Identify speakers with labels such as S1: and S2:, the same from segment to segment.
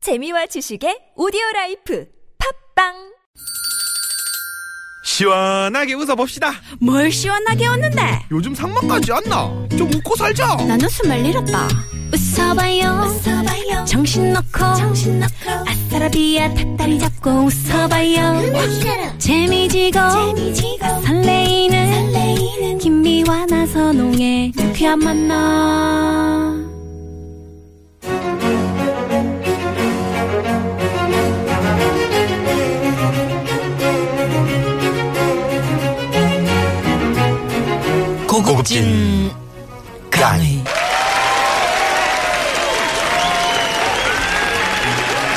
S1: 재미와 지식의 오디오 라이프 팝빵
S2: 시원하게 웃어봅시다.
S3: 뭘 시원하게 웃는데
S2: 요즘 상만까지 안 나. 좀 웃고 살자.
S3: 난 웃음을 잃었다 웃어봐요, 웃어봐요. 정신 놓고 정신 놓고 아싸라비아 닭다리 잡고 웃어봐요 재미지고 재미지고 설레이는 설레이는 김미와 나서 농에 유쾌한 만나
S4: 고급진 강의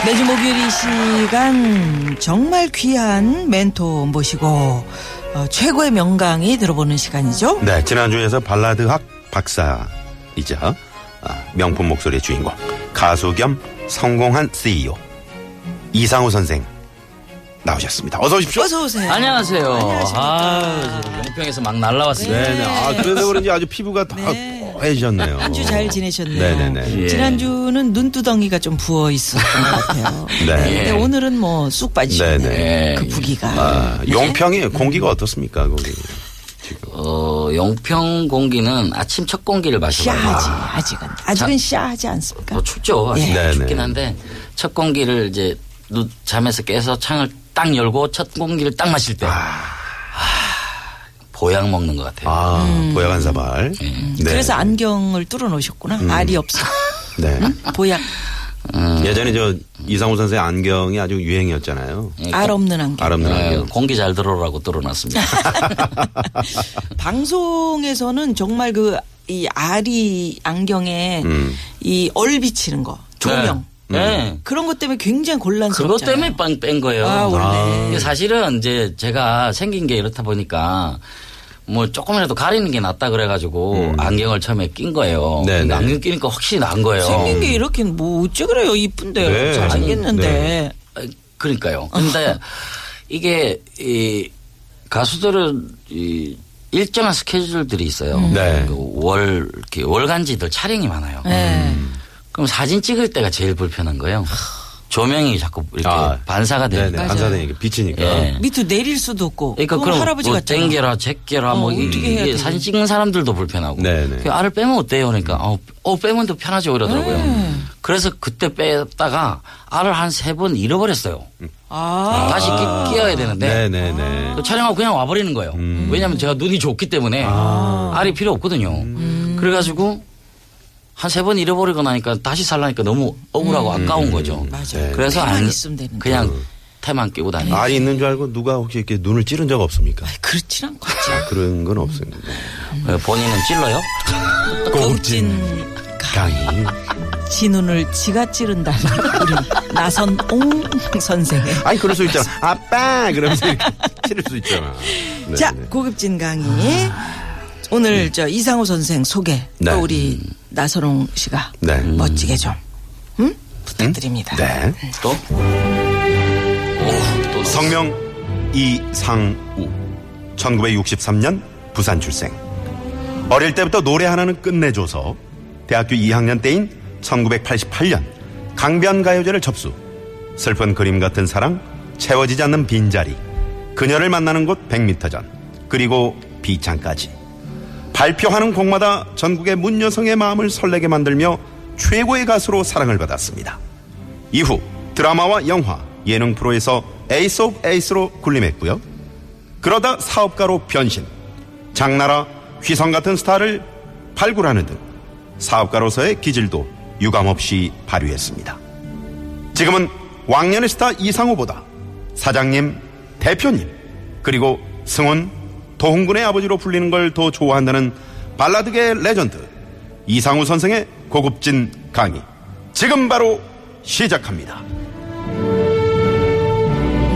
S4: 매주 목요일 이 시간 정말 귀한 멘토 모시고 어, 최고의 명강이 들어보는 시간이죠.
S5: 네, 지난주에서 발라드학 박사이자 아, 명품 목소리의 주인공 가수 겸 성공한 CEO 이상우 선생 나오셨습니다. 어서 오십시오.
S4: 어서 오세요.
S6: 네. 안녕하세요.
S4: 안녕하십니까.
S6: 아, 영평에서 막 날라왔어요.
S5: 네, 네. 아, 그래서 그런지 아주 피부가 다
S4: 네.
S5: 뽀해지셨네요.
S4: 한 주 잘 지내셨네요.
S5: 네네네.
S6: 예.
S4: 지난주는 눈두덩이가 좀 부어 있었던 것 같아요.
S5: 네.
S4: 근데 오늘은 뭐 쑥 빠지셨네요.
S5: 네네.
S4: 그 부기가.
S5: 아, 용평이 공기가 어떻습니까, 거기?
S6: 어, 영평 공기는 아침 첫 공기를
S4: 시아하지,
S6: 마셔가지고
S4: 아직은. 아직은 시아하지 않습니까?
S6: 뭐 춥죠. 아직
S5: 네,
S6: 춥긴
S5: 네.
S6: 한데 첫 공기를 이제 누, 잠에서 깨서 창을 딱 열고 첫 공기를 딱 마실 때 아, 보약 먹는 것 같아요.
S5: 아, 보약한 사발. 네.
S4: 음. 그래서 안경을 뚫어 놓으셨구나. 알이 없어.
S5: 네.
S4: 보약, 음.
S5: 예전에 저 이상우 선생 안경이 아주 유행이었잖아요.
S4: 알 없는 안경.
S5: 아름다운
S6: 네,
S5: 안경.
S6: 공기 잘 들어오라고 뚫어놨습니다.
S4: 방송에서는 정말 그 이 알이 안경에
S5: 음.
S4: 이 얼 비치는 거 조명
S6: 네. 네.
S4: 그런 것 때문에 굉장히
S6: 그것
S4: 곤란스럽잖아요.
S6: 때문에 빵 뺀 거예요.
S4: 아, 원래.
S6: 이게 사실은 이제 제가 생긴 게 이렇다 보니까 뭐 조금이라도 가리는 게 낫다 그래가지고 안경을 처음에 낀 거예요.
S5: 네, 네.
S6: 근데 안경 끼니까 확실히 나은 거예요.
S4: 생긴 게 이렇게 뭐 어째 그래요 이쁜데
S5: 네.
S4: 잘생겼는데
S5: 네.
S6: 아, 그러니까요. 근데 이게 이 가수들은 이 일정한 스케줄들이 있어요.
S5: 네.
S6: 그월 이렇게 월간지들 촬영이 많아요.
S4: 음. 네.
S6: 그럼 사진 찍을 때가 제일 불편한 거예요. 조명이 자꾸 이렇게
S5: 아.
S6: 반사가 되니까.
S5: 네네. 반사되니까 비치니까.
S6: 예.
S4: 밑으로 내릴 수도 없고
S6: 그러니까
S4: 그건
S6: 그럼
S4: 할아버지
S6: 뭐
S4: 같잖아.
S6: 땡겨라 제껴라
S4: 어,
S6: 뭐 이-
S4: 어떻게 해야
S6: 이게
S4: 돼?
S6: 사진 찍는 사람들도 불편하고
S5: 네네.
S6: 그 알을 빼면 어때요 그러니까 어, 어, 빼면 더 편하죠 이러더라고요
S4: 네.
S6: 그래서 그때 뺐다가 알을 한 세 번 잃어버렸어요
S4: 아,
S6: 다시 끼, 끼어야 되는데
S5: 네네네. 음.
S6: 그 촬영하고 그냥 와버리는 거예요 왜냐하면 제가 눈이 좋기 때문에
S5: 아.
S6: 알이 필요 없거든요
S5: 음.
S6: 그래가지고 한 세 번 잃어버리고 나니까 다시 살라니까 너무 억울하고 아까운 거죠
S4: 음. 맞아.
S5: 음. 네.
S6: 그래서
S4: 가만히
S6: 안
S4: 있으면 되는데.
S6: 그냥 태만 끼고 다니고
S5: 알이 있는 줄 알고 누가 혹시 이렇게 눈을 찌른 적 없습니까?
S4: 그렇진 않고
S5: 아, 그런 건 없습니다.
S6: 어, 본인은 찔러요?
S4: 고급진
S5: 강의.
S4: 진운을 지가 찌른다는 우리 나선옹 선생의
S5: 아니, 그럴 수 있잖아. 아빠! 그러면서 이렇게 찌를 수 있잖아. 네,
S4: 자,
S5: 네. 음.
S4: 고급진 강의. 오늘 저 이상호 선생 소개
S5: 네.
S4: 또 우리 나선홍 씨가
S5: 네.
S4: 멋지게 좀 응? 부탁드립니다.
S5: 네.
S6: 또? 오, 또 성...
S5: 성명 이상우. 1963년 부산 출생. 어릴 때부터 노래 하나는 끝내줘서 대학교 2학년 때인 1988년 강변가요제를 접수. 슬픈 그림 같은 사랑, 채워지지 않는 빈자리, 그녀를 만나는 곳 100m 전, 그리고 비창까지. 발표하는 곡마다 전국의 문 여성의 마음을 설레게 만들며 최고의 가수로 사랑을 받았습니다. 이후 드라마와 영화, 예능 프로에서 에이스 오브 에이스로 군림했고요. 그러다 사업가로 변신, 장나라, 휘성 같은 스타를 발굴하는 등 사업가로서의 기질도 유감없이 발휘했습니다. 지금은 왕년의 스타 이상호보다 사장님, 대표님, 그리고 승훈, 도홍군의 아버지로 불리는 걸 더 좋아한다는 발라드계 레전드 이상우 선생의 고급진 강의 지금 바로 시작합니다.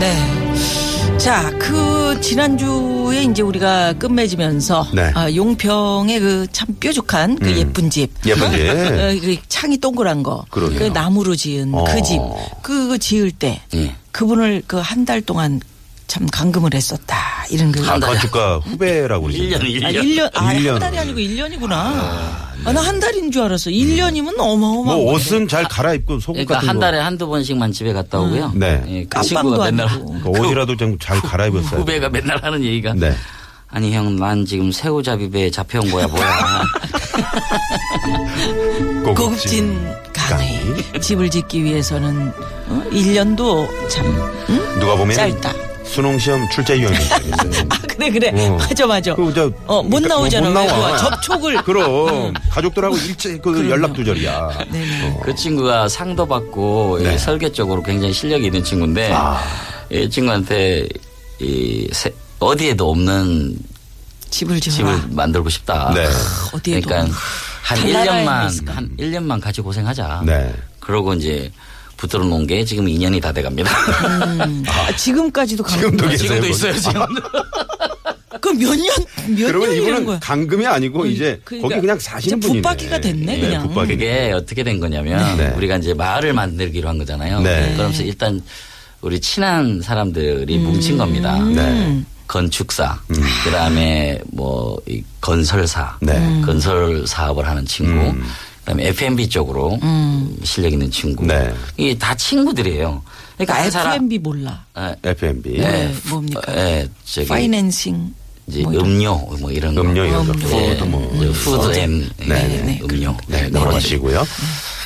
S4: 네. 자, 그 지난주에 이제 우리가 끝맺으면서
S5: 네. 음.
S4: 아, 용평의 그 참 뾰족한 그 예쁜 집.
S5: 예쁜 집.
S4: 어, 그 창이 동그란 거.
S5: 그러게요.
S4: 그 나무로 지은
S5: 어. 음.
S4: 그 집. 그거 지을 때
S6: 예.
S4: 그분을 그 한 달 동안 참 감금을 했었다. 이런 그 글.
S5: 아,
S6: 한 달.
S5: 건축가 후배라고 그러죠.
S6: 1년,
S4: 아,
S6: 1년.
S4: 1년, 아,
S5: 일년. 네.
S4: 한 달이 아니고 1년이구나. 아, 나 한 달인 줄 알았어. 1년이면 어마어마한.
S5: 뭐
S4: 건데.
S5: 옷은 잘 갈아입고 속옷
S6: 그러니까
S5: 같은
S6: 한
S5: 거.
S6: 달에 한두 번씩만 집에 갔다 오고요.
S5: 음. 네.
S6: 예, 그
S4: 깜빵도
S6: 친구가 맨날
S4: 아니고.
S5: 그러니까 옷이라도 좀 잘 갈아입었어요.
S6: 후배가 맨날 하는 얘기가
S5: 네.
S6: 아니 형 난 지금 새우잡이 배에 잡혀온 거야 뭐야.
S4: 고급진 강의. 집을 짓기 위해서는 어? 1년도 참 응?
S5: 누가 보면
S4: 짧다.
S5: 수능 시험 출제 유형이 있어요.
S4: 아, 그래 그래.
S5: 어.
S4: 맞아 맞아.
S5: 그, 저,
S4: 어, 못
S5: 그러니까
S4: 나오잖아.
S5: 못 나와.
S4: 왜? 접촉을
S5: 그럼
S4: 음.
S5: 가족들하고 일제 그 연락 두절이야.
S4: 네네.
S6: 그 친구가 상도 받고
S5: 네. 아.
S6: 예, 설계 쪽으로 굉장히 실력이 있는 친구인데 이 친구한테 이 세- 어디에도 없는
S4: 집을 지어라.
S6: 집을 만들고 싶다.
S5: 네.
S4: 어디에도
S6: 그러니까
S4: 없는.
S6: 한
S4: 한 나라에는 있을까?
S6: 1년만 한 1년만 같이 고생하자.
S5: 네.
S6: 그러고 이제 붙들어 놓은 게 지금 2년이 다 돼갑니다.
S4: 아, 지금까지도 강.
S5: 지금도 계세요.
S6: 음, 지금도
S5: 거기?
S6: 있어요 지금.
S4: 그몇년몇
S5: 그러면
S4: 년이라는 거야.
S5: 이분은 강금이 아니고 이제
S4: 그러니까
S5: 거기 그냥 사시는
S4: 이제
S5: 분이네.
S4: 붙박이가 됐네, 그냥. 음.
S5: 붙박이.
S6: 그게 어떻게 된 거냐면
S5: 음. 네.
S6: 우리가 이제 마을을 만들기로 한 거잖아요.
S5: 네.
S6: 그러면서 일단 우리 친한 사람들이 뭉친 겁니다.
S5: 네. 음.
S6: 건축사, 그다음에 뭐 이 건설사,
S5: 네. 음.
S6: 건설 사업을 하는 친구, 그다음에 F&B 쪽으로 실력 있는 친구,
S5: 네.
S6: 이게 다 친구들이에요. 그러니까 아예 사람,
S4: F&B 몰라.
S6: 예,
S5: F&B.
S4: 네, 뭡니까?
S5: 어,
S6: 예, 저기
S4: 파이낸싱.
S6: 이제 음료 뭐 이런 거.
S5: 음료 연락.
S6: 예,
S5: 푸드 뭐.
S6: 이제 푸드 앤
S5: 네,
S6: 예,
S4: 네.
S6: 음료
S5: 네,
S6: 그런
S5: 그런
S6: 거.
S5: 식이고요.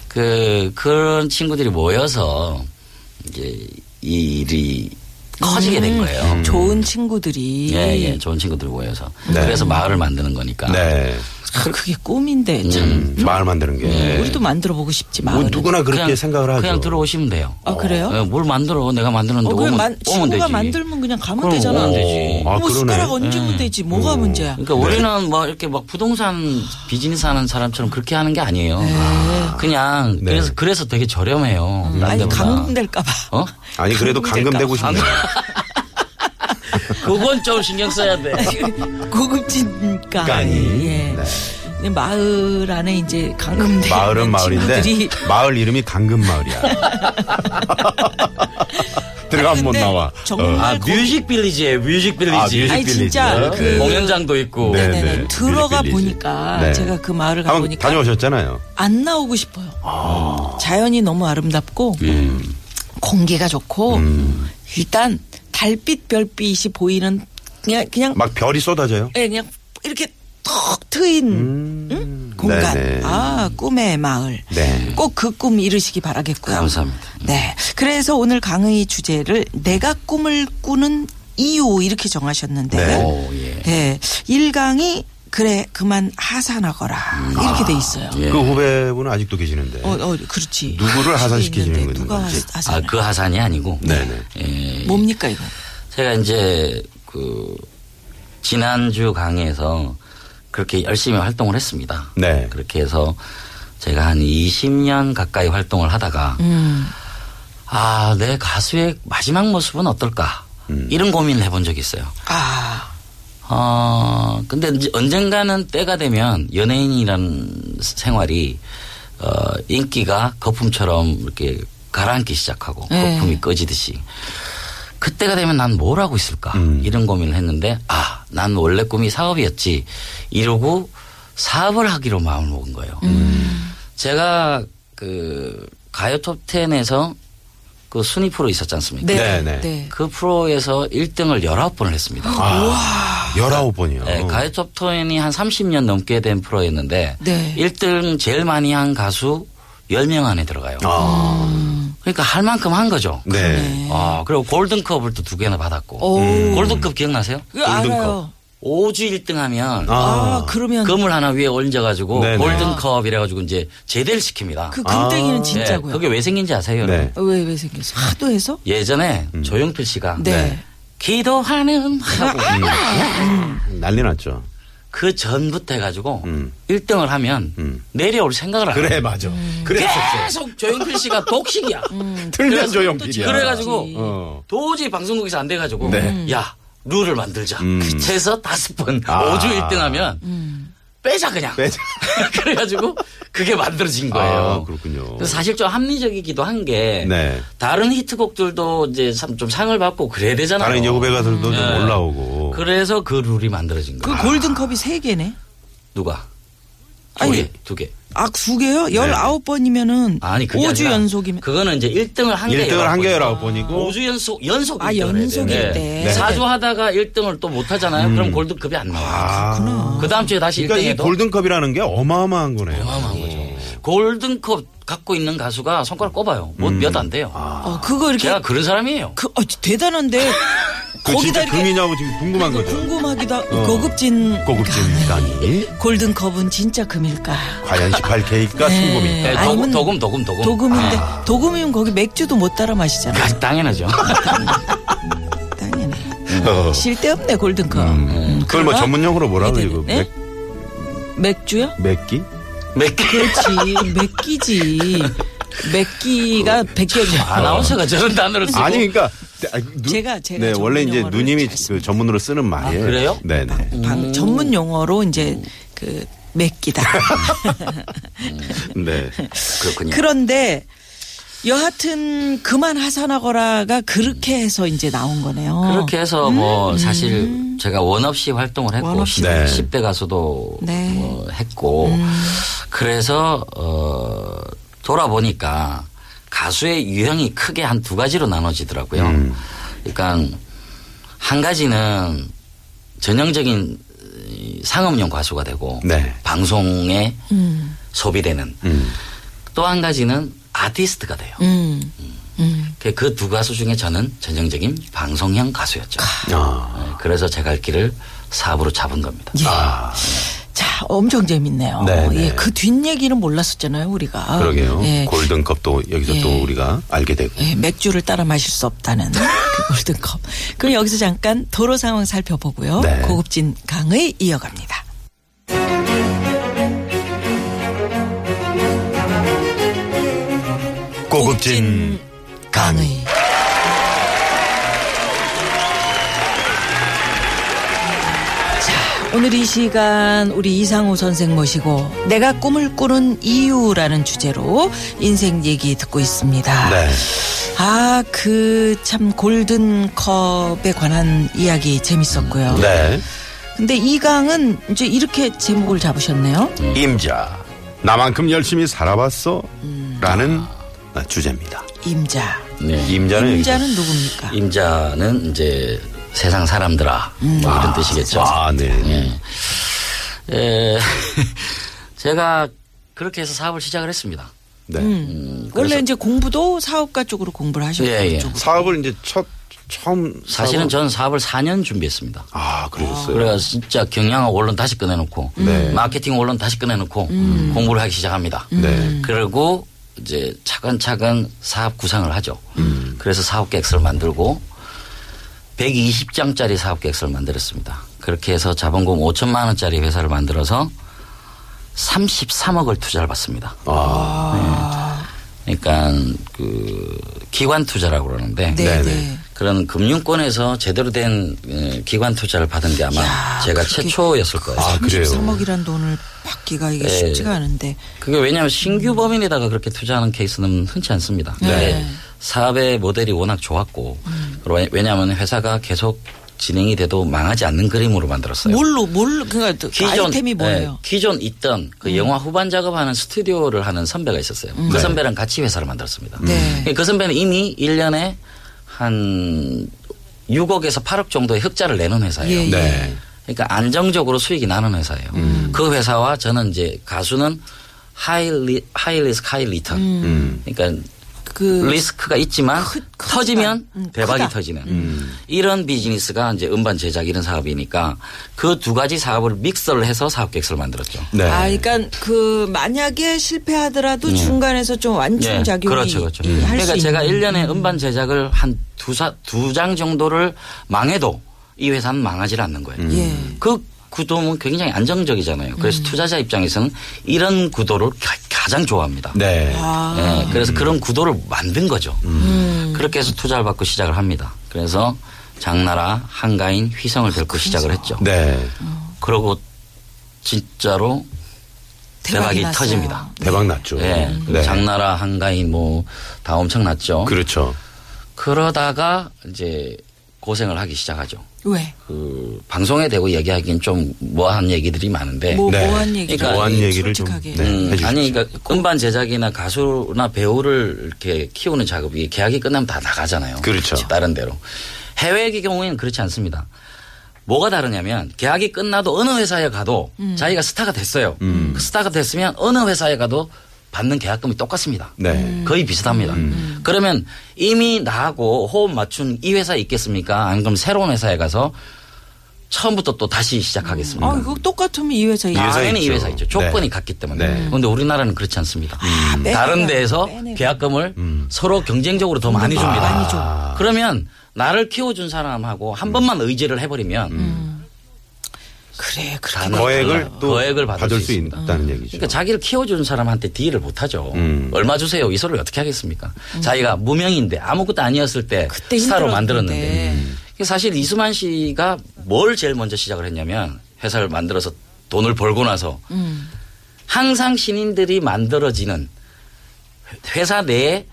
S6: 그 그런 친구들이 모여서 이제 이 일이 커지게
S4: 음.
S6: 된 거예요.
S5: 음.
S4: 좋은 친구들이.
S6: 예, 예, 좋은 친구들 모여서
S5: 네.
S6: 그래서 마을을 만드는 거니까.
S5: 네.
S4: 아, 그게 꿈인데 참.
S5: 음, 마을 만드는 게.
S4: 우리도 만들어 보고 싶지
S5: 뭐
S4: 마을은.
S5: 누구나 그렇게 생각을 하죠.
S6: 그냥 들어오시면 돼요.
S4: 아 그래요?
S6: 예, 뭘 만들어? 내가 만들었는데
S4: 어, 그걸
S6: 오면,
S4: 만,
S6: 오면 되지.
S4: 친구가 만들면 그냥 가면
S6: 그럼
S4: 되잖아.
S6: 오면 되지.
S5: 아,
S4: 뭐
S5: 그러네. 음.
S4: 숟가락 얹으면 되지. 뭐가 문제야?
S5: 네.
S6: 그러니까 우리는 뭐 이렇게 막 부동산 비즈니스 하는 사람처럼 그렇게 하는 게 아니에요.
S4: 네.
S6: 그냥
S5: 네.
S6: 그래서 그래서 되게 저렴해요.
S4: 음,
S6: 다른
S5: 음.
S4: 아니
S6: 데보다.
S4: 감금될까봐.
S6: 어?
S5: 아니 그래도 강금되고 싶네요.
S6: 그건 좀 신경 써야 돼.
S4: 고급진
S5: 강이.
S4: 강이. 예.
S5: 네.
S4: 근데 마을 안에 이제 감금된
S5: 마을은 마을인데
S4: 친구들이
S5: 마을 이름이 강금 마을이야. 들어가면 못
S4: 근데
S5: 나와.
S4: 정말
S6: 아,
S4: 거기-
S6: 뮤직 빌리지에 뮤직 빌리지.
S5: 아, 뮤직
S4: 아니, 진짜
S5: 빌리지. 어,
S4: 그-
S6: 공연장도 있고.
S5: 네.
S4: 네네.
S5: 네네.
S4: 들어가
S5: 빌리지.
S4: 보니까
S5: 네.
S4: 제가 그 마을을 가
S5: 한번 아.
S4: 보니까
S5: 다녀오셨잖아요.
S4: 안 나오고 싶어요. 자연이 너무 아름답고
S5: 예.
S4: 공기가 좋고
S5: 음.
S4: 일단 달빛 별빛이 보이는 그냥 그냥
S5: 막 별이 쏟아져요.
S4: 예, 그냥 이렇게 턱 트인 응? 공간.
S5: 음, 네네.
S4: 아, 꿈의 마을.
S5: 네.
S4: 꼭 그 꿈 이루시기 바라겠고요.
S6: 감사합니다.
S4: 네. 그래서 오늘 강의 주제를 내가 꿈을 꾸는 이유 이렇게 정하셨는데.
S5: 네.
S6: 오, 예.
S4: 네. 일강이 그래 그만 하산하거라 이렇게 돼 있어요.
S6: 예.
S5: 그 후배분은 아직도 계시는데.
S4: 어, 어, 그렇지.
S5: 누구를 하산시키시는
S4: 있는데
S5: 건지.
S4: 누가
S6: 아,
S4: 하산?
S6: 그 하산이 아니고.
S5: 네네.
S6: 예,
S4: 뭡니까 이거?
S6: 제가 이제 그 지난주 강의에서 그렇게 열심히 활동을 했습니다.
S5: 네.
S6: 그렇게 해서 제가 한 20년 가까이 활동을 하다가
S4: 음.
S6: 아, 내 가수의 마지막 모습은 어떨까?
S5: 음.
S6: 이런 고민을 해본 적이 있어요.
S4: 아,
S6: 어, 근데 이제 언젠가는 때가 되면 연예인이라는 생활이 어, 인기가 거품처럼 이렇게 가라앉기 시작하고
S4: 네.
S6: 거품이 꺼지듯이 그때가 되면 난 뭘 하고 있을까 이런 고민을 했는데 아, 난 원래 꿈이 사업이었지 이러고 사업을 하기로 마음을 먹은 거예요. 제가 그 가요 톱10에서 그 순위 프로 있었지 않습니까?
S4: 네,
S5: 네, 네.
S4: 네.
S6: 그 프로에서 1등을 19번을 했습니다.
S5: 아, 19번이요.
S6: 네, 가요톱 토엔이 한 30년 넘게 된 프로였는데
S4: 네.
S6: 1등 제일 많이 한 가수 10명 안에 들어가요.
S5: 아,
S6: 그러니까 할 만큼 한 거죠.
S5: 네.
S6: 아, 그리고 골든컵을 또 두 개나 받았고.
S4: 오,
S5: 음.
S6: 골든컵 기억나세요?
S4: 그거 알아요.
S6: 오주 1등 하면
S4: 아, 그러면
S6: 금을 하나 위에 올려 가지고
S5: 네네.
S6: 골든컵 이래 가지고 이제 제대를 시킵니다.
S4: 그 금땡이는
S6: 네,
S4: 진짜고요.
S6: 그게 왜 생긴지 아세요?
S5: 네. 음.
S6: 여러분?
S4: 왜 왜 생겼어? 하도 해서?
S6: 예전에 조용필 씨가
S4: 네.
S6: 기도하는 하고
S5: 음. 난리 났죠.
S6: 그 전부터 해가지고
S5: 음.
S6: 1등을 하면
S5: 음.
S6: 내려올 생각을 안
S5: 그래,
S6: 해요.
S5: 예, 맞아. 그랬었어.
S6: 계속 조용필 씨가 독식이야.
S4: 음.
S5: 틀면 조용필이야.
S6: 그래가지고
S5: 어.
S6: 도저히 방송국에서 안 돼가지고
S5: 네. 음.
S6: 야 룰을 만들자. 해서 다섯 번
S5: 아.
S4: 음.
S6: 오주 1등하면 빼자 그냥.
S5: 빼자.
S6: 그래가지고 그게 만들어진
S5: 아,
S6: 거예요.
S5: 그렇군요.
S6: 그래서 사실 좀 합리적이기도 한 게
S5: 네.
S6: 다른 히트곡들도 이제 참- 좀 상을 받고 그래야 되잖아요.
S5: 다른 이제 후배 가수들도 좀
S6: 네.
S5: 올라오고.
S6: 그래서 그 룰이 만들어진
S4: 그
S6: 거예요.
S4: 골든컵이 세개네
S6: 누가? 두
S4: 아니.
S6: 개, 두 개.
S4: 아, 두개요 19번이면은
S6: 아니 그게
S4: 5주
S6: 아니라
S4: 연속이면
S6: 그거는 이제 1등을 한 개.
S5: 1등을 한개
S6: 열아홉 번이고.
S5: 19번이고.
S6: 5주 연속 연속
S4: 어? 아,
S6: 1등을
S4: 연속일
S6: 해야 돼요.
S4: 때.
S6: 네.
S4: 네.
S6: 4주 하다가 1등을 또 못 하잖아요. 그럼 골든컵이 안 나와요.
S5: 음. 아.
S6: 그 다음 주에 다시
S5: 그러니까 이
S6: 1등 해도
S5: 골든컵이라는 게 어마어마한 거네요.
S6: 어마어마한 거죠. 골든컵 갖고 있는 가수가 손가락 꼽아요.
S5: 음.
S6: 몇 안 돼요.
S4: 어, 그거 이렇게
S6: 제가 그런 사람이에요.
S4: 그 어, 대단한데
S5: 그
S4: 거기다
S5: 진짜
S4: 이렇게
S5: 금이냐고 지금 궁금한 거죠.
S4: 궁금하기도 하고 고급진
S5: 고급진단이
S4: 골든컵은 진짜 금일까?
S5: 과연 18K일까
S4: 네.
S5: 순금일까?
S6: 네,
S4: 아니면-
S6: 도금, 도금, 도금, 도금.
S4: 도금인데 도금이면 거기 맥주도 못 따라 마시잖아.
S6: 아, 당연하죠.
S4: 당연히
S5: 어.
S4: 실데없네 골든컵. 음,
S5: 그걸 뭐
S4: 그러나
S5: 전문용어로 뭐라
S4: 이들은,
S5: 그러고
S4: 네?
S5: 맥,
S4: 맥주요?
S5: 맥기?
S6: 몇 개.
S4: 그렇지 맥기지. 맥기가 백개죠
S6: 아나운서가 저런 단어를 쓰고.
S5: 아니 그러니까 아, 누-
S4: 제가- 제가
S5: 네, 원래 이제
S4: 전문용어를
S5: 누님이
S4: 잘
S5: 그 전문으로 쓰는 말이에요.
S6: 아, 그래요?
S5: 네네.
S4: 방, 전문 용어로 이제 그 맥기다.
S5: 네.
S6: 그렇군요.
S4: 그런데 여하튼 그만 하산하거라가 그렇게 해서 이제 나온 거네요.
S6: 그렇게 해서 뭐 사실 제가 원 없이
S4: 음.
S6: 활동을
S4: 원
S6: 했고
S4: 없이.
S6: 십
S5: 네.
S6: 10대 가수도
S4: 네. 음.
S6: 뭐 했고 그래서 어 돌아보니까 가수의 유형이 크게 한 두 가지로 나눠지더라고요.
S5: 음.
S6: 그러니까 한 가지는 전형적인 이 상업용 가수가 되고
S5: 네.
S6: 방송에
S4: 음.
S6: 소비되는
S5: 음.
S6: 또 한 가지는 아티스트가 돼요.
S4: 음.
S6: 그 두 가수 중에 저는 전형적인 방송형 가수였죠.
S5: 아.
S6: 네, 그래서 제 갈 길을 사업으로 잡은 겁니다.
S4: 예.
S5: 아.
S4: 자, 엄청 재밌네요.
S5: 네, 네.
S4: 예, 그 뒷얘기는 몰랐었잖아요, 우리가.
S5: 그러게요.
S4: 예.
S5: 골든컵도 여기서
S4: 예.
S5: 또 우리가 알게 되고.
S4: 예, 맥주를 따라 마실 수 없다는 그 골든컵. 그럼 여기서 잠깐 도로 상황 살펴보고요.
S5: 네.
S4: 고급진 강의 이어갑니다.
S5: 고급진
S4: 강의. 자, 오늘 이 시간 우리 이상호 선생 모시고 내가 꿈을 꾸는 이유라는 주제로 인생 얘기 듣고 있습니다.
S5: 네.
S4: 아, 그 참 골든컵에 관한 이야기 재밌었고요.
S5: 네.
S4: 근데 이 강은 이제 이렇게 제목을 잡으셨네요.
S5: 임자. 나만큼 열심히 살아봤어?
S4: 음.
S5: 라는 주제입니다.
S4: 임자.
S6: 네.
S5: 임자는
S4: 임자는 누굽니까?
S6: 임자는 이제 세상 사람들아 뭐 이런 뜻이겠죠.
S5: 아, 네.
S6: 예. 예. 제가 그렇게 해서 사업을 시작을 했습니다.
S5: 네.
S6: 음.
S4: 원래 이제 공부도 사업가 쪽으로 공부를 하셨고
S6: 예, 예.
S4: 쪽으로.
S5: 사업을 이제 첫 처음
S6: 사실은
S5: 사업을-
S6: 저는 사업을 4년 준비했습니다.
S5: 아, 그러셨어요.
S6: 그래서 진짜 경향학 원론 다시 꺼내놓고
S5: 네.
S6: 마케팅 원론 다시 꺼내놓고 공부를 하기 시작합니다.
S5: 네.
S6: 그리고 이제 차근차근 사업 구상을 하죠.
S5: 음.
S6: 그래서 사업 계획서를 만들고 120장짜리 사업 계획서를 만들었습니다. 그렇게 해서 자본금 5천만 원짜리 회사를 만들어서 33억을 투자를 받습니다.
S5: 아,
S6: 그러니까 그 기관 투자라고 그러는데
S4: 네, 네.
S5: 네네.
S6: 그런 금융권에서 제대로 된 에, 기관 투자를 받은 게 아마 제가 최초였을 거예요. 네.
S5: 아, 그래요.
S4: 33억이란 돈을 받기가 이게 쉽지가 않은데.
S6: 그게 왜냐하면 신규 범인에다가 그렇게 투자하는 케이스는 흔치 않습니다.
S4: 네.
S6: 근데 사업의 모델이 워낙 좋았고 그리고 왜- 왜냐하면 회사가 계속 진행이 돼도 망하지 않는 그림으로 만들었어요.
S4: 뭘로 뭘 그러니까 아이템이
S6: 네,
S4: 뭐예요? 네.
S6: 기존 있던 그 영화 후반 작업하는 스튜디오를 하는 선배가 있었어요. 그 선배랑 같이 회사를 만들었습니다.
S4: 네.
S6: 그 선배는 이미 1년에 한 6억에서 8억 정도의 흑자를 내는 회사예요.
S4: 예, 예.
S5: 네.
S6: 그러니까 안정적으로 수익이 나는 회사예요.
S5: 음.
S6: 그 회사와 저는 이제 가수는 하이 리, 하이 리스크 하이 리턴.
S5: 음.
S6: 그러니까
S4: 그
S6: 리스크가 있지만
S4: 크지만,
S6: 터지면
S4: 음,
S6: 대박이
S4: 크다.
S6: 터지는 이런 비즈니스가 이제 음반 제작 이런 사업이니까 그 두 가지 사업을 믹서를 해서 사업 계획서를 만들었죠.
S5: 네.
S4: 아, 그러니까 그 만약에 실패하더라도 중간에서 좀 완충 작용이
S6: 음.
S4: 예, 음.
S6: 그렇죠, 그렇죠.
S4: 할수
S6: 그러니까
S4: 있는.
S6: 제가 1년에 음반 제작을 한두장 정도를 망해도 이 회사는 망하지 않는 거예요.
S4: 예. 음.
S6: 그 구도는 굉장히 안정적이잖아요. 그래서 투자자 입장에서는 이런 구도를 가- 가장 좋아합니다.
S5: 네.
S4: 아, 음.
S6: 예, 그래서 그런 구도를 만든 거죠. 음. 그렇게 해서 투자를 받고 시작을 합니다. 그래서
S4: 아,
S6: 장나라, 한가인, 휘성을 데리고 시작을 했죠.
S5: 네.
S6: 그러고 진짜로 대박이,
S4: 났어요.
S6: 터집니다.
S5: 대박 났죠.
S6: 예,
S5: 네.
S6: 장나라 한가인 뭐 다 엄청 났죠.
S5: 그렇죠.
S6: 그러다가 이제 고생을 하기 시작하죠.
S4: 왜?
S6: 그 방송에 대고 얘기하기엔 좀 뭐한 얘기들이 많은데
S4: 뭐
S5: 네.
S4: 뭐한 얘기?
S6: 그러니까
S5: 뭐한 얘기를 좀,
S4: 솔직하게.
S5: 네.
S6: 음,
S5: 해주십시오.
S6: 아니 그러니까 음반 제작이나 가수나 배우를 이렇게 키우는 작업이 계약이 끝나면 다 나가잖아요.
S5: 그렇죠.
S6: 다른 데로. 해외의 경우에는 그렇지 않습니다. 뭐가 다르냐면 계약이 끝나도 어느 회사에 가도 자기가 스타가 됐어요.
S5: 음.
S6: 그 스타가 됐으면 어느 회사에 가도 받는 계약금이 똑같습니다.
S5: 네. 음.
S6: 거의 비슷합니다. 그러면 이미 나하고 호흡 맞춘 이 회사에 있겠습니까? 안 그럼 새로운 회사에 가서 처음부터 또 다시 시작하겠습니다.
S4: 아 이거 똑같으면 이 회사 아,
S5: 이 회사
S6: 당연히 이
S5: 있죠.
S6: 회사 있죠.
S5: 네.
S6: 조건이 같기 때문에.
S5: 네. 음.
S6: 그런데 우리나라는 그렇지 않습니다.
S4: 아, 빼내가,
S6: 다른 데에서
S4: 빼내가.
S6: 계약금을 서로 경쟁적으로 더 많이 줍니다.
S4: 음. 많이 줘.
S5: 아.
S6: 그러면 나를 키워준 사람하고 한 번만 의지를 해버리면
S5: 음.
S4: 그래 그래.
S6: 다는
S5: 거액을
S6: 달라요.
S5: 또
S6: 거액을
S5: 받을, 수
S6: 있습니다.
S5: 있다는 얘기죠.
S6: 그러니까 자기를 키워준 사람한테 딜을 못하죠.
S5: 그렇죠. 음.
S6: 얼마 주세요. 이 소리를 어떻게 하겠습니까? 자기가 무명인데 아무것도 아니었을 때
S4: 음. 그때
S6: 스타로
S4: 힘들었는데. 음.
S6: 만들었는데. 사실 이수만 씨가 뭘 제일 먼저 시작을 했냐면 회사를 만들어서 돈을 벌고 나서
S4: 음.
S6: 항상 신인들이 만들어지는 회사 내에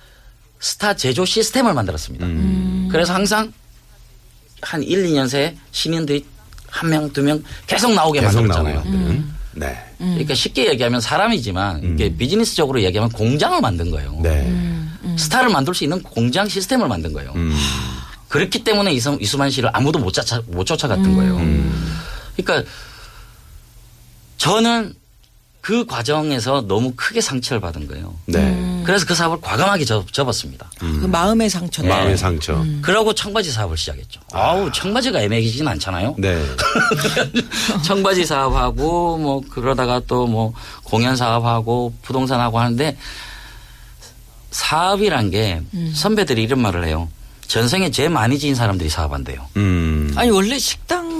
S6: 스타 제조 시스템을
S5: 음.
S6: 만들었습니다.
S4: 음.
S6: 그래서 항상 한 1, 2년 새에 신인들이 한 명, 두 명 계속 나오게
S5: 계속
S6: 만들었잖아요. 음.
S5: 나오게 만드는. 네.
S6: 그러니까 쉽게 얘기하면 사람이지만 이게 비즈니스적으로 얘기하면 공장을 만든 거예요.
S5: 네.
S6: 음. 스타를 만들 수 있는 공장 시스템을 만든 거예요. 그렇기 때문에 이수, 이수만 씨를 아무도 못, 쫓아, 못 쫓아갔던 거예요. 그러니까 저는 그 과정에서 너무 크게 상처를 받은 거예요.
S5: 네.
S6: 그래서 그 사업을 과감하게 접, 접었습니다.
S4: 그 마음의 상처.
S5: 마음의 네. 상처.
S6: 그러고 청바지 사업을 시작했죠. 아우 청바지가 애매하진 않잖아요.
S5: 네.
S6: 청바지 사업하고 뭐 그러다가 또 뭐 공연 사업하고 부동산하고 하는데 사업이란 게 선배들이 이런 말을 해요. 전생에 제일 많이 지은 사람들이 사업한대요.
S5: 음.
S4: 아니 원래 식당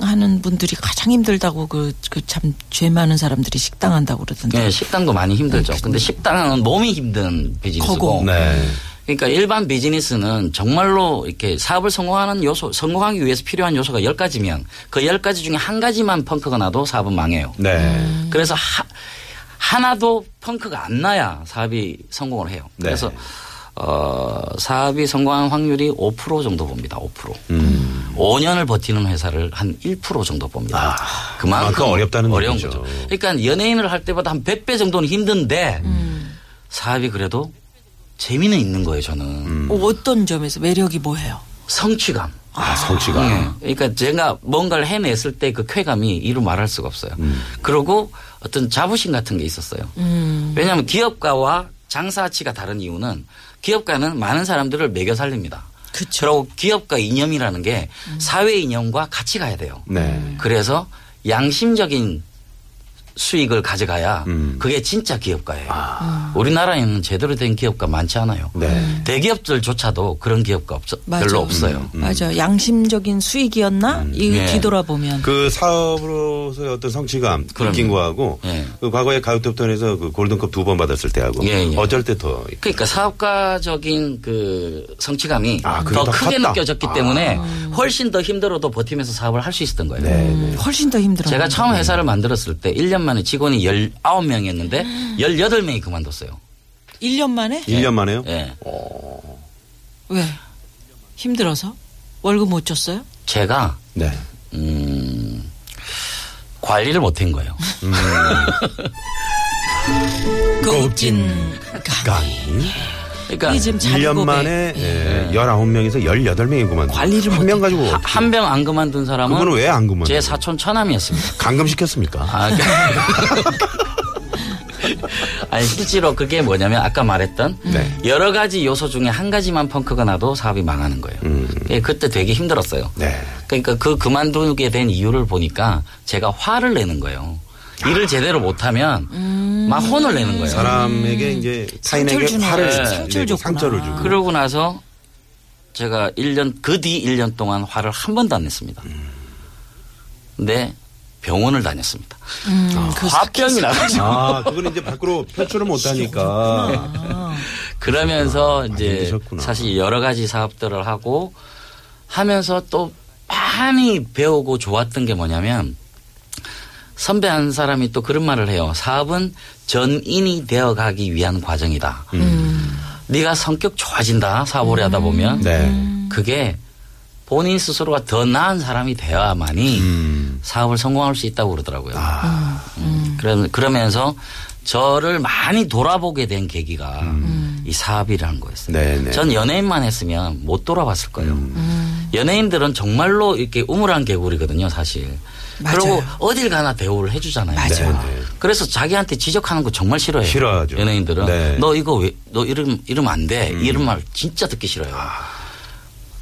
S4: 하는 분들이 가장 힘들다고 그 그 참 죄 많은 사람들이 식당 한다고 그러던데.
S6: 네, 식당도 많이 힘들죠. 근데 식당은 몸이 힘든 비즈니스고.
S4: 거고.
S5: 네.
S6: 그러니까 일반 비즈니스는 정말로 이렇게 사업을 성공하는 요소, 성공하기 위해서 필요한 요소가 10가지면 그 10가지 중에 한 가지만 펑크가 나도 사업은 망해요.
S5: 네.
S6: 그래서 하, 하나도 펑크가 안 나야 사업이 성공을 해요.
S5: 네.
S6: 그래서 어, 사업이 성공하는 확률이 5% 정도 봅니다. 5%.
S5: 음.
S6: 5년을 버티는 회사를 한 1% 정도 봅니다.
S5: 아,
S6: 그만큼
S5: 그만큼 어렵다는
S6: 어려운
S5: 얘기죠.
S6: 거죠. 그러니까 연예인을 할 때보다 한 100배 정도는 힘든데 사업이 그래도 재미는 있는 거예요, 저는.
S5: 음.
S4: 어, 어떤 점에서 매력이 뭐예요?
S6: 성취감.
S5: 아, 성취감.
S6: 네. 그러니까 제가 뭔가를 해냈을 때 그 쾌감이 이루 말할 수가 없어요.
S5: 음.
S6: 그리고 어떤 자부심 같은 게 있었어요.
S4: 음.
S6: 왜냐하면 기업가와 장사치가 다른 이유는 기업가는 많은 사람들을 매겨 살립니다.
S4: 그쵸.
S6: 그리고 기업가 이념이라는 게
S4: 음.
S6: 사회 이념과 같이 가야 돼요.
S5: 네.
S6: 그래서 양심적인 수익을 가져가야
S5: 음. 아.
S6: 그게 진짜 기업가예요.
S4: 음.
S6: 우리나라에는 제대로 된 기업가 많지 않아요.
S5: 네.
S6: 대기업들조차도 그런 기업가 없어,
S4: 맞아.
S6: 별로
S5: 음.
S6: 없어요.
S4: 음.
S6: 음.
S4: 맞아. 양심적인 수익이었나? 이
S6: 네.
S4: 뒤돌아보면.
S5: 그 사업으로서의 어떤 성취감
S6: 그럼요.
S5: 느낀 거하고
S6: 예.
S5: 그 과거에 가요톱턴에서 그 골든컵 두 번 받았을 때하고
S6: 예, 예.
S5: 어쩔 때더
S6: 그러니까 사업가적인 그 성취감이
S5: 아, 그게
S6: 더
S5: 더
S6: 크게
S5: 컸다.
S6: 느껴졌기
S5: 아.
S6: 때문에 훨씬 더 힘들어도 버티면서 사업을 할 수 있었던
S5: 네,
S6: 거예요.
S4: 훨씬 더 힘들어.
S6: 제가 처음 회사를 만들었을 때 1년 만에 직원이 19명이었는데 18명이 그만뒀어요.
S4: 1년 만에?
S5: 일 년 만에요?
S6: 예.
S4: 왜? 힘들어서? 월급 못 줬어요?
S6: 제가
S5: 네.
S6: 음, 관리를 못한 거예요.
S4: 그 고급진 강의.
S6: 그러니까
S4: 우리 지금
S5: 일 년
S4: 자리고백.
S5: 만에 예, 19명에서 18명이 그만.
S4: 관리를 아,
S5: 한명
S4: 못해.
S5: 가지고
S6: 한 명 안 그만둔 사람은
S5: 그분은 왜 안 그만?
S6: 제 사촌 처남이었습니다.
S5: 감금시켰습니까?
S6: 아, 그- 아니 실제로 그게 뭐냐면 아까 말했던
S5: 네.
S6: 여러 가지 요소 중에 한 가지만 펑크가 나도 사업이 망하는 거예요.
S5: 음.
S6: 예, 그때 되게 힘들었어요.
S5: 네.
S6: 그러니까 그 그만두게 된 이유를 보니까 제가 화를 내는 거예요. 일을 제대로 못하면 막 혼을 내는 거예요.
S5: 사람에게 이제
S4: 음. 상처를
S5: 타인에게
S4: 주네.
S5: 화를
S4: 상처를
S5: 내고
S4: 줬구나.
S5: 상처를 주고.
S6: 그러고 나서 제가 1년 그 뒤 1년 동안 화를 한 번도 안 냈습니다.
S5: 음.
S6: 근데 병원을 다녔습니다. 화병이 나가지고
S5: 아, 그건 이제 밖으로 표출을 못 하니까.
S6: 그러면서 이제
S5: 아, 힘드셨구나.
S6: 사실 여러 가지 사업들을 하고 하면서 또 많이 배우고 좋았던 게 뭐냐면 선배 한 사람이 또 그런 말을 해요. 사업은 전인이 되어가기 위한 과정이다. 네가 성격 좋아진다. 사업 오래 하다 보면
S5: 음. 네.
S6: 그게 본인 스스로가 더 나은 사람이 되어야만이
S5: 음. 아,
S6: 사업을 성공할 수 있다고 그러더라고요. 음. 그래- 그러면서 저를 많이 돌아보게 된 계기가 이 사업이라는 거였어요.
S5: 음. 네네.
S6: 전 연예인만 했으면 못 돌아봤을 거예요.
S5: 음.
S6: 연예인들은 정말로 이렇게 우물한 개구리거든요, 사실.
S4: 맞아요.
S6: 그리고 어딜 가나 대우를 해주잖아요.
S4: 맞아요.
S5: 네네.
S6: 그래서 자기한테 지적하는 거 정말 싫어해요.
S5: 싫어하죠.
S6: 연예인들은
S5: 네. 음.
S6: 너 이거 왜, 너 이름 이름 안 돼. 이런 말 진짜 듣기 싫어요.
S5: 아.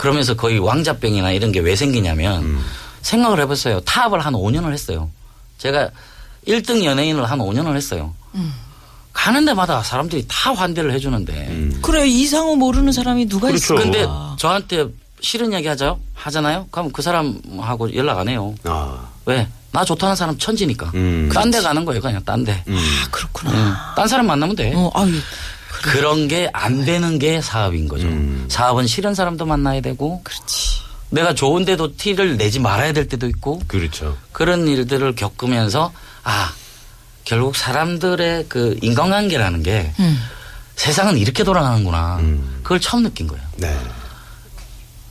S6: 그러면서 거의 왕자병이나 이런 게 왜 생기냐면
S5: 음.
S6: 생각을 해봤어요. 타업을 한 5년을 했어요. 제가 1등 연예인을 한 5년을 했어요. 가는 데마다 사람들이 다 환대를 해주는데
S5: 음.
S4: 그래 이상호 모르는 사람이 누가 아,
S5: 그렇죠.
S4: 있어?
S6: 근데 저한테 싫은 이야기 하죠? 하잖아요? 그럼 그 사람하고 연락 안 해요.
S5: 아.
S6: 왜? 나 좋다는 사람 천지니까.
S5: 음.
S6: 딴 데 가는 거예요, 그냥 딴 데.
S4: 아 그렇구나.
S6: 음. 딴 사람 만나면 돼.
S4: 어, 아유,
S6: 그런 게 안 되는 게 사업인 거죠. 사업은 싫은 사람도 만나야 되고
S4: 그렇지.
S6: 내가 좋은데도 티를 내지 말아야 될 때도 있고
S5: 그렇죠.
S6: 그런 일들을 겪으면서 아 결국 사람들의 그 인간관계라는 게
S4: 음.
S6: 세상은 이렇게 돌아가는구나
S5: 음.
S6: 그걸 처음 느낀 거예요.
S5: 네.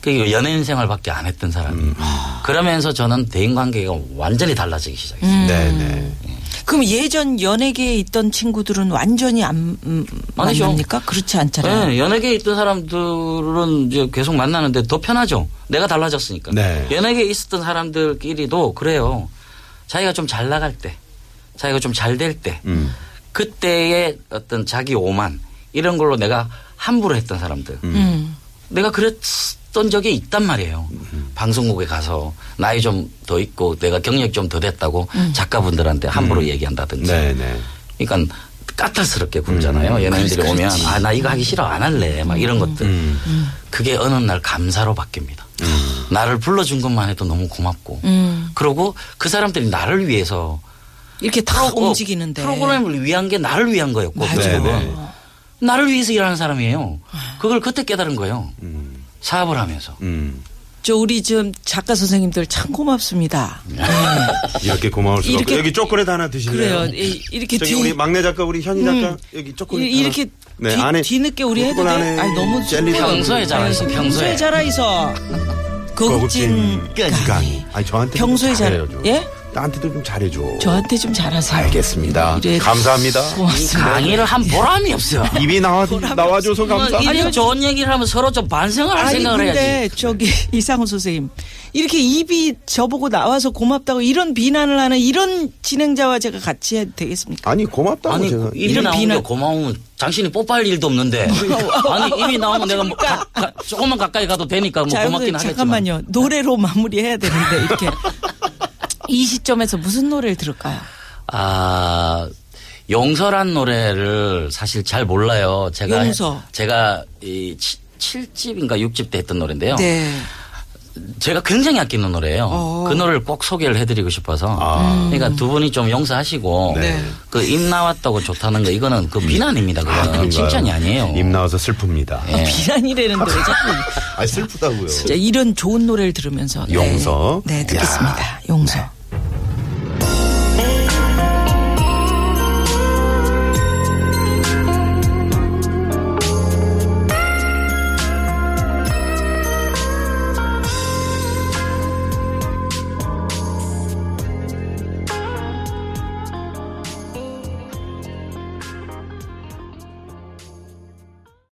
S6: 그 연예인 생활밖에 안 했던 사람이 그러면서 저는 대인관계가 완전히 달라지기 시작했어요.
S4: 음.
S5: 네네.
S4: 그럼 예전 연예계에 있던 친구들은 완전히 안 음,
S6: 아니죠.
S4: 만납니까? 그렇지 않잖아요.
S6: 네, 연예계에 있던 사람들은 이제 계속 만나는데 더 편하죠. 내가 달라졌으니까.
S5: 네.
S6: 연예계에 있었던 사람들끼리도 그래요. 자기가 좀 잘 나갈 때, 자기가 좀 잘 될 때,
S5: 음.
S6: 그때의 어떤 자기 오만 이런 걸로 내가 함부로 했던 사람들.
S4: 음.
S6: 내가 그랬던 적이 있단 말이에요. 방송국에 가서 나이 좀 더 있고 내가 경력 좀 더 됐다고 작가분들한테 함부로 얘기한다든지.
S5: 네네.
S6: 그러니까 까탈스럽게 굴잖아요.
S5: 음.
S6: 연예인들이 오면 아 나 이거 하기 싫어 안 할래 막 이런 것들.
S5: 음.
S6: 그게 어느 날 감사로 바뀝니다. 나를 불러준 것만 해도 너무 고맙고.
S4: 음.
S6: 그리고 그 사람들이 나를 위해서
S4: 이렇게 다
S6: 프로-
S4: 움직이는데.
S6: 프로그램을 위한 게 나를 위한 거였고
S4: 맞아요.
S6: 지금
S5: 네네.
S6: 나를 위해서 일하는 사람이에요.
S4: 아.
S6: 그걸 그때 깨달은 거예요.
S5: 음.
S6: 사업을 하면서.
S5: 음.
S4: 저 우리 지금 작가 선생님들 참 고맙습니다.
S5: 이렇게 고마울 수가
S4: 이렇게-
S5: 없고 여기 초콜릿 하나 드실래요?
S4: 그래요. 이- 이렇게
S5: 네. 저기
S4: 뒤
S5: 우리 막내 작가 우리 현희 작가 여기 초콜릿
S4: 이- 이렇게
S5: 하나. 네,
S4: 뒤,
S5: 안에
S4: 뒤늦게 우리 해도 돼?
S5: 초콜릿 안에
S4: 아니 너무
S5: 젤리
S4: 쑥스러워.
S6: 평소에 자라있어,
S4: 아니,
S6: 평소에.
S4: 평소에 자라있어.
S5: 거국진
S4: 거국진
S5: 깐깐이. 아니 저한테
S4: 평소에
S5: 좀
S4: 잘
S5: 잘해요. 좀.
S4: 예?
S5: 나한테도 좀 잘해줘.
S4: 저한테 좀 잘하세요.
S5: 알겠습니다.
S4: 이래-
S5: 감사합니다.
S4: 고맙습니다. 음.
S6: 강의를 한 보람이 없어요.
S5: 입이 나와 나와줘서 감사.
S4: 이-
S6: 아니 좋은 얘기를 하면 서로 좀 반성을 할
S4: 아니
S6: 생각을 해야지.
S4: 근데 저기 이상훈 선생님 이렇게 입이 저보고 나와서 고맙다고 이런 비난을 하는 이런 진행자와 제가 같이 해도 되겠습니까?
S5: 아니 고맙다고
S6: 아니
S5: 제가.
S6: 입이
S4: 이런
S6: 나오는
S4: 비난-
S6: 게 고마우면 당신이 뽀빨 일도 없는데 아니 입이 나오면 내가 뭐 가- 가- 조금만 가까이 가도 되니까 뭐
S4: 그러니까. 자,
S6: 고맙긴
S4: 여러분,
S6: 하겠지만 네.
S4: 잠깐만요. 노래로 마무리해야 되는데 이렇게 이 시점에서 무슨 노래를 들을까요?
S6: 아 용서란 노래를 사실 잘 몰라요 제가
S4: 용서.
S6: 제가 이 7집인가 6집 때 했던 노래인데요
S4: 네.
S6: 제가 굉장히 아끼는 노래예요
S4: 어.
S6: 그 노래를 꼭 소개를 해드리고 싶어서
S5: 아.
S6: 그러니까 두 분이 좀 용서하시고
S5: 네.
S6: 그 입 나왔다고 좋다는 거 이거는 그 비난입니다 그거는
S5: 아, 그런가요? 예.
S6: 칭찬이 아니에요
S5: 입 나와서 슬픕니다.
S4: 네.
S6: 예.
S4: 아, 비난이라는데 왜 자꾸
S5: 아 슬프다고요.
S4: 진짜 이런 좋은 노래를 들으면서 네.
S5: 용서.
S4: 네, 듣겠습니다. 용서.
S5: 야.